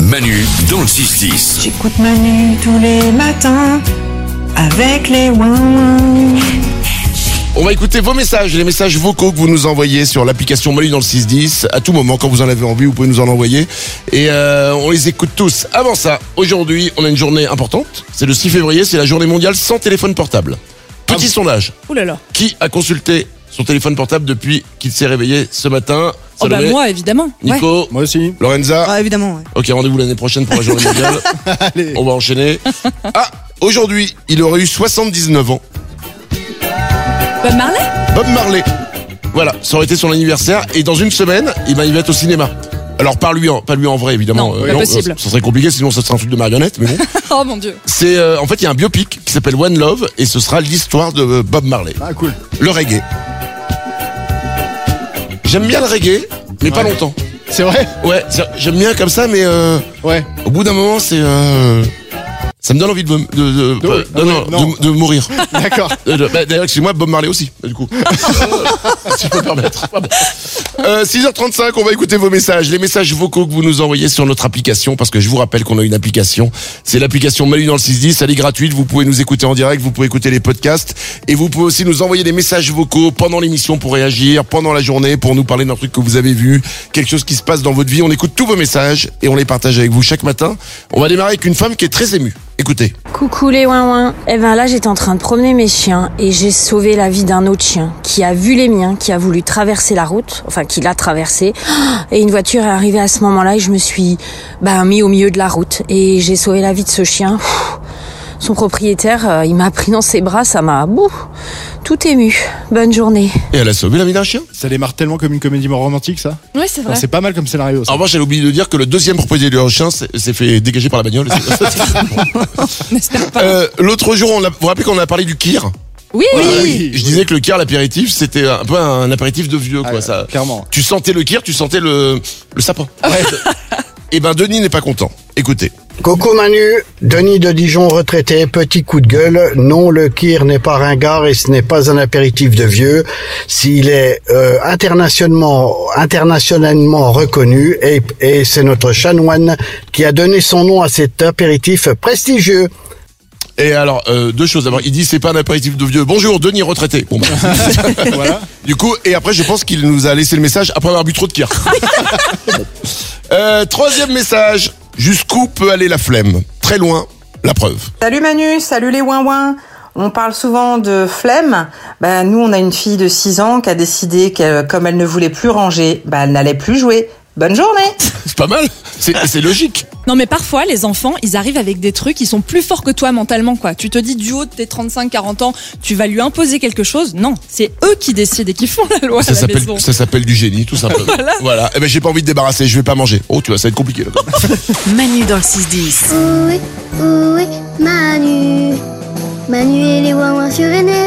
Manu dans le 6-10. J'écoute Manu tous les matins avec les ouin On va écouter vos messages, les messages vocaux que vous nous envoyez sur l'application Manu dans le 610. À tout moment, quand vous en avez envie, vous pouvez nous en envoyer. Et euh, on les écoute tous. Avant ça, aujourd'hui, on a une journée importante. C'est le 6 février, c'est la journée mondiale sans téléphone portable. Ah Petit sondage. Ouh là là. Qui a consulté son téléphone portable depuis qu'il s'est réveillé ce matin Oh bah Salomé, moi évidemment. Ouais. Nico, Moi aussi. Lorenza. Ah, évidemment. ouais. Ok, rendez-vous l'année prochaine pour la journée mondiale. Allez. On va enchaîner. Ah, aujourd'hui, il aurait eu 79 ans. Bob Bah, Marley Bob Marley. Voilà, ça aurait été son anniversaire. Et dans une semaine, eh ben, il va être au cinéma. Alors, pas lui en, pas lui en vrai, évidemment. Non, pas possible. euh, Ça serait compliqué, sinon ça serait un truc de marionnette, mais bon. Oh mon dieu. C'est, euh, en fait, il y a un biopic qui s'appelle One Love et ce sera l'histoire de euh, Bob Marley. Ah cool. Le reggae. J'aime bien le reggae, mais pas Ouais. longtemps. C'est vrai Ouais, c'est- j'aime bien comme ça, mais euh, Ouais. au bout d'un moment, c'est, euh, ça me donne envie de, me- de, de- De- euh, ah non, ouais, non, non. de- de mourir. D'accord. Euh, de- bah, D'ailleurs, excuse-moi, Bob Marley aussi, du coup. si je peux me permettre. Ah bon. Euh, 6h35, on va écouter vos messages, les messages vocaux que vous nous envoyez sur notre application, parce que je vous rappelle qu'on a une application. C'est l'application Manu dans le 610, elle est gratuite, vous pouvez nous écouter en direct, vous pouvez écouter les podcasts, et vous pouvez aussi nous envoyer des messages vocaux pendant l'émission pour réagir, pendant la journée, pour nous parler d'un truc que vous avez vu, quelque chose qui se passe dans votre vie. On écoute tous vos messages et on les partage avec vous chaque matin. On va démarrer avec une femme qui est très émue. Écoutez. Coucou les ouin Eh ben là, j'étais en train de promener mes chiens et j'ai sauvé la vie d'un autre chien qui a vu les miens, qui a voulu traverser la route, enfin qui l'a traversée. Et une voiture est arrivée à ce moment-là et je me suis ben, mis au milieu de la route et j'ai sauvé la vie de ce chien. Pff, Son propriétaire, euh, il m'a pris dans ses bras, ça m'a bouh, tout ému. Bonne journée. Et elle a sauvé la vie d'un chien Ça démarre tellement comme une comédie romantique ça. Ouais c'est Enfin, vrai. c'est pas mal comme scénario. Ça. En revanche, elle a oublié de dire que le deuxième propriétaire du chien s'est s'est fait dégager par la bagnole. N'espère pas. Euh, L'autre jour, on a, vous vous rappelez qu'on a parlé du kir Oui. Ah Oui. Je disais que le kir, l'apéritif, c'était un peu un apéritif de vieux, quoi. Ah, ça. Clairement. Ah Tu sentais le kir, tu sentais le, le sapin. Et ben, Denis n'est pas content. Écoutez. Coco Manu, Denis de Dijon retraité, petit coup de gueule. Non, le kir n'est pas ringard et ce n'est pas un apéritif de vieux. S'il est euh, internationalement, internationalement reconnu et, et c'est notre chanoine qui a donné son nom à cet apéritif prestigieux. Et alors, euh, deux choses. D'abord, il dit c'est pas un apéritif de vieux. Bonjour, Denis retraité. Bon, bah. voilà. Du coup, et après, je pense qu'il nous a laissé le message après avoir bu trop de kir. Euh, troisième message. Jusqu'où peut aller la flemme Très loin. La preuve. Salut Manu, salut les ouin On parle souvent de flemme. Ben, nous, on a une fille de 6 ans qui a décidé que comme elle ne voulait plus ranger, ben, elle n'allait plus jouer. Bonne journée C'est pas mal. C'est c'est logique. Non mais parfois les enfants ils arrivent avec des trucs ils sont plus forts que toi mentalement quoi. Tu te dis du haut de tes 35-40 ans tu vas lui imposer quelque chose. Non c'est eux qui décident et qui font la loi Ça à la s'appelle, maison. ça s'appelle du génie, tout simplement. voilà. Eh ben, j'ai pas envie de débarrasser, je vais pas manger. Oh, tu vois, ça va être compliqué, là. Manu dans le 6-10. Où est, où est Manu Manu et les Wawa sur Énergie.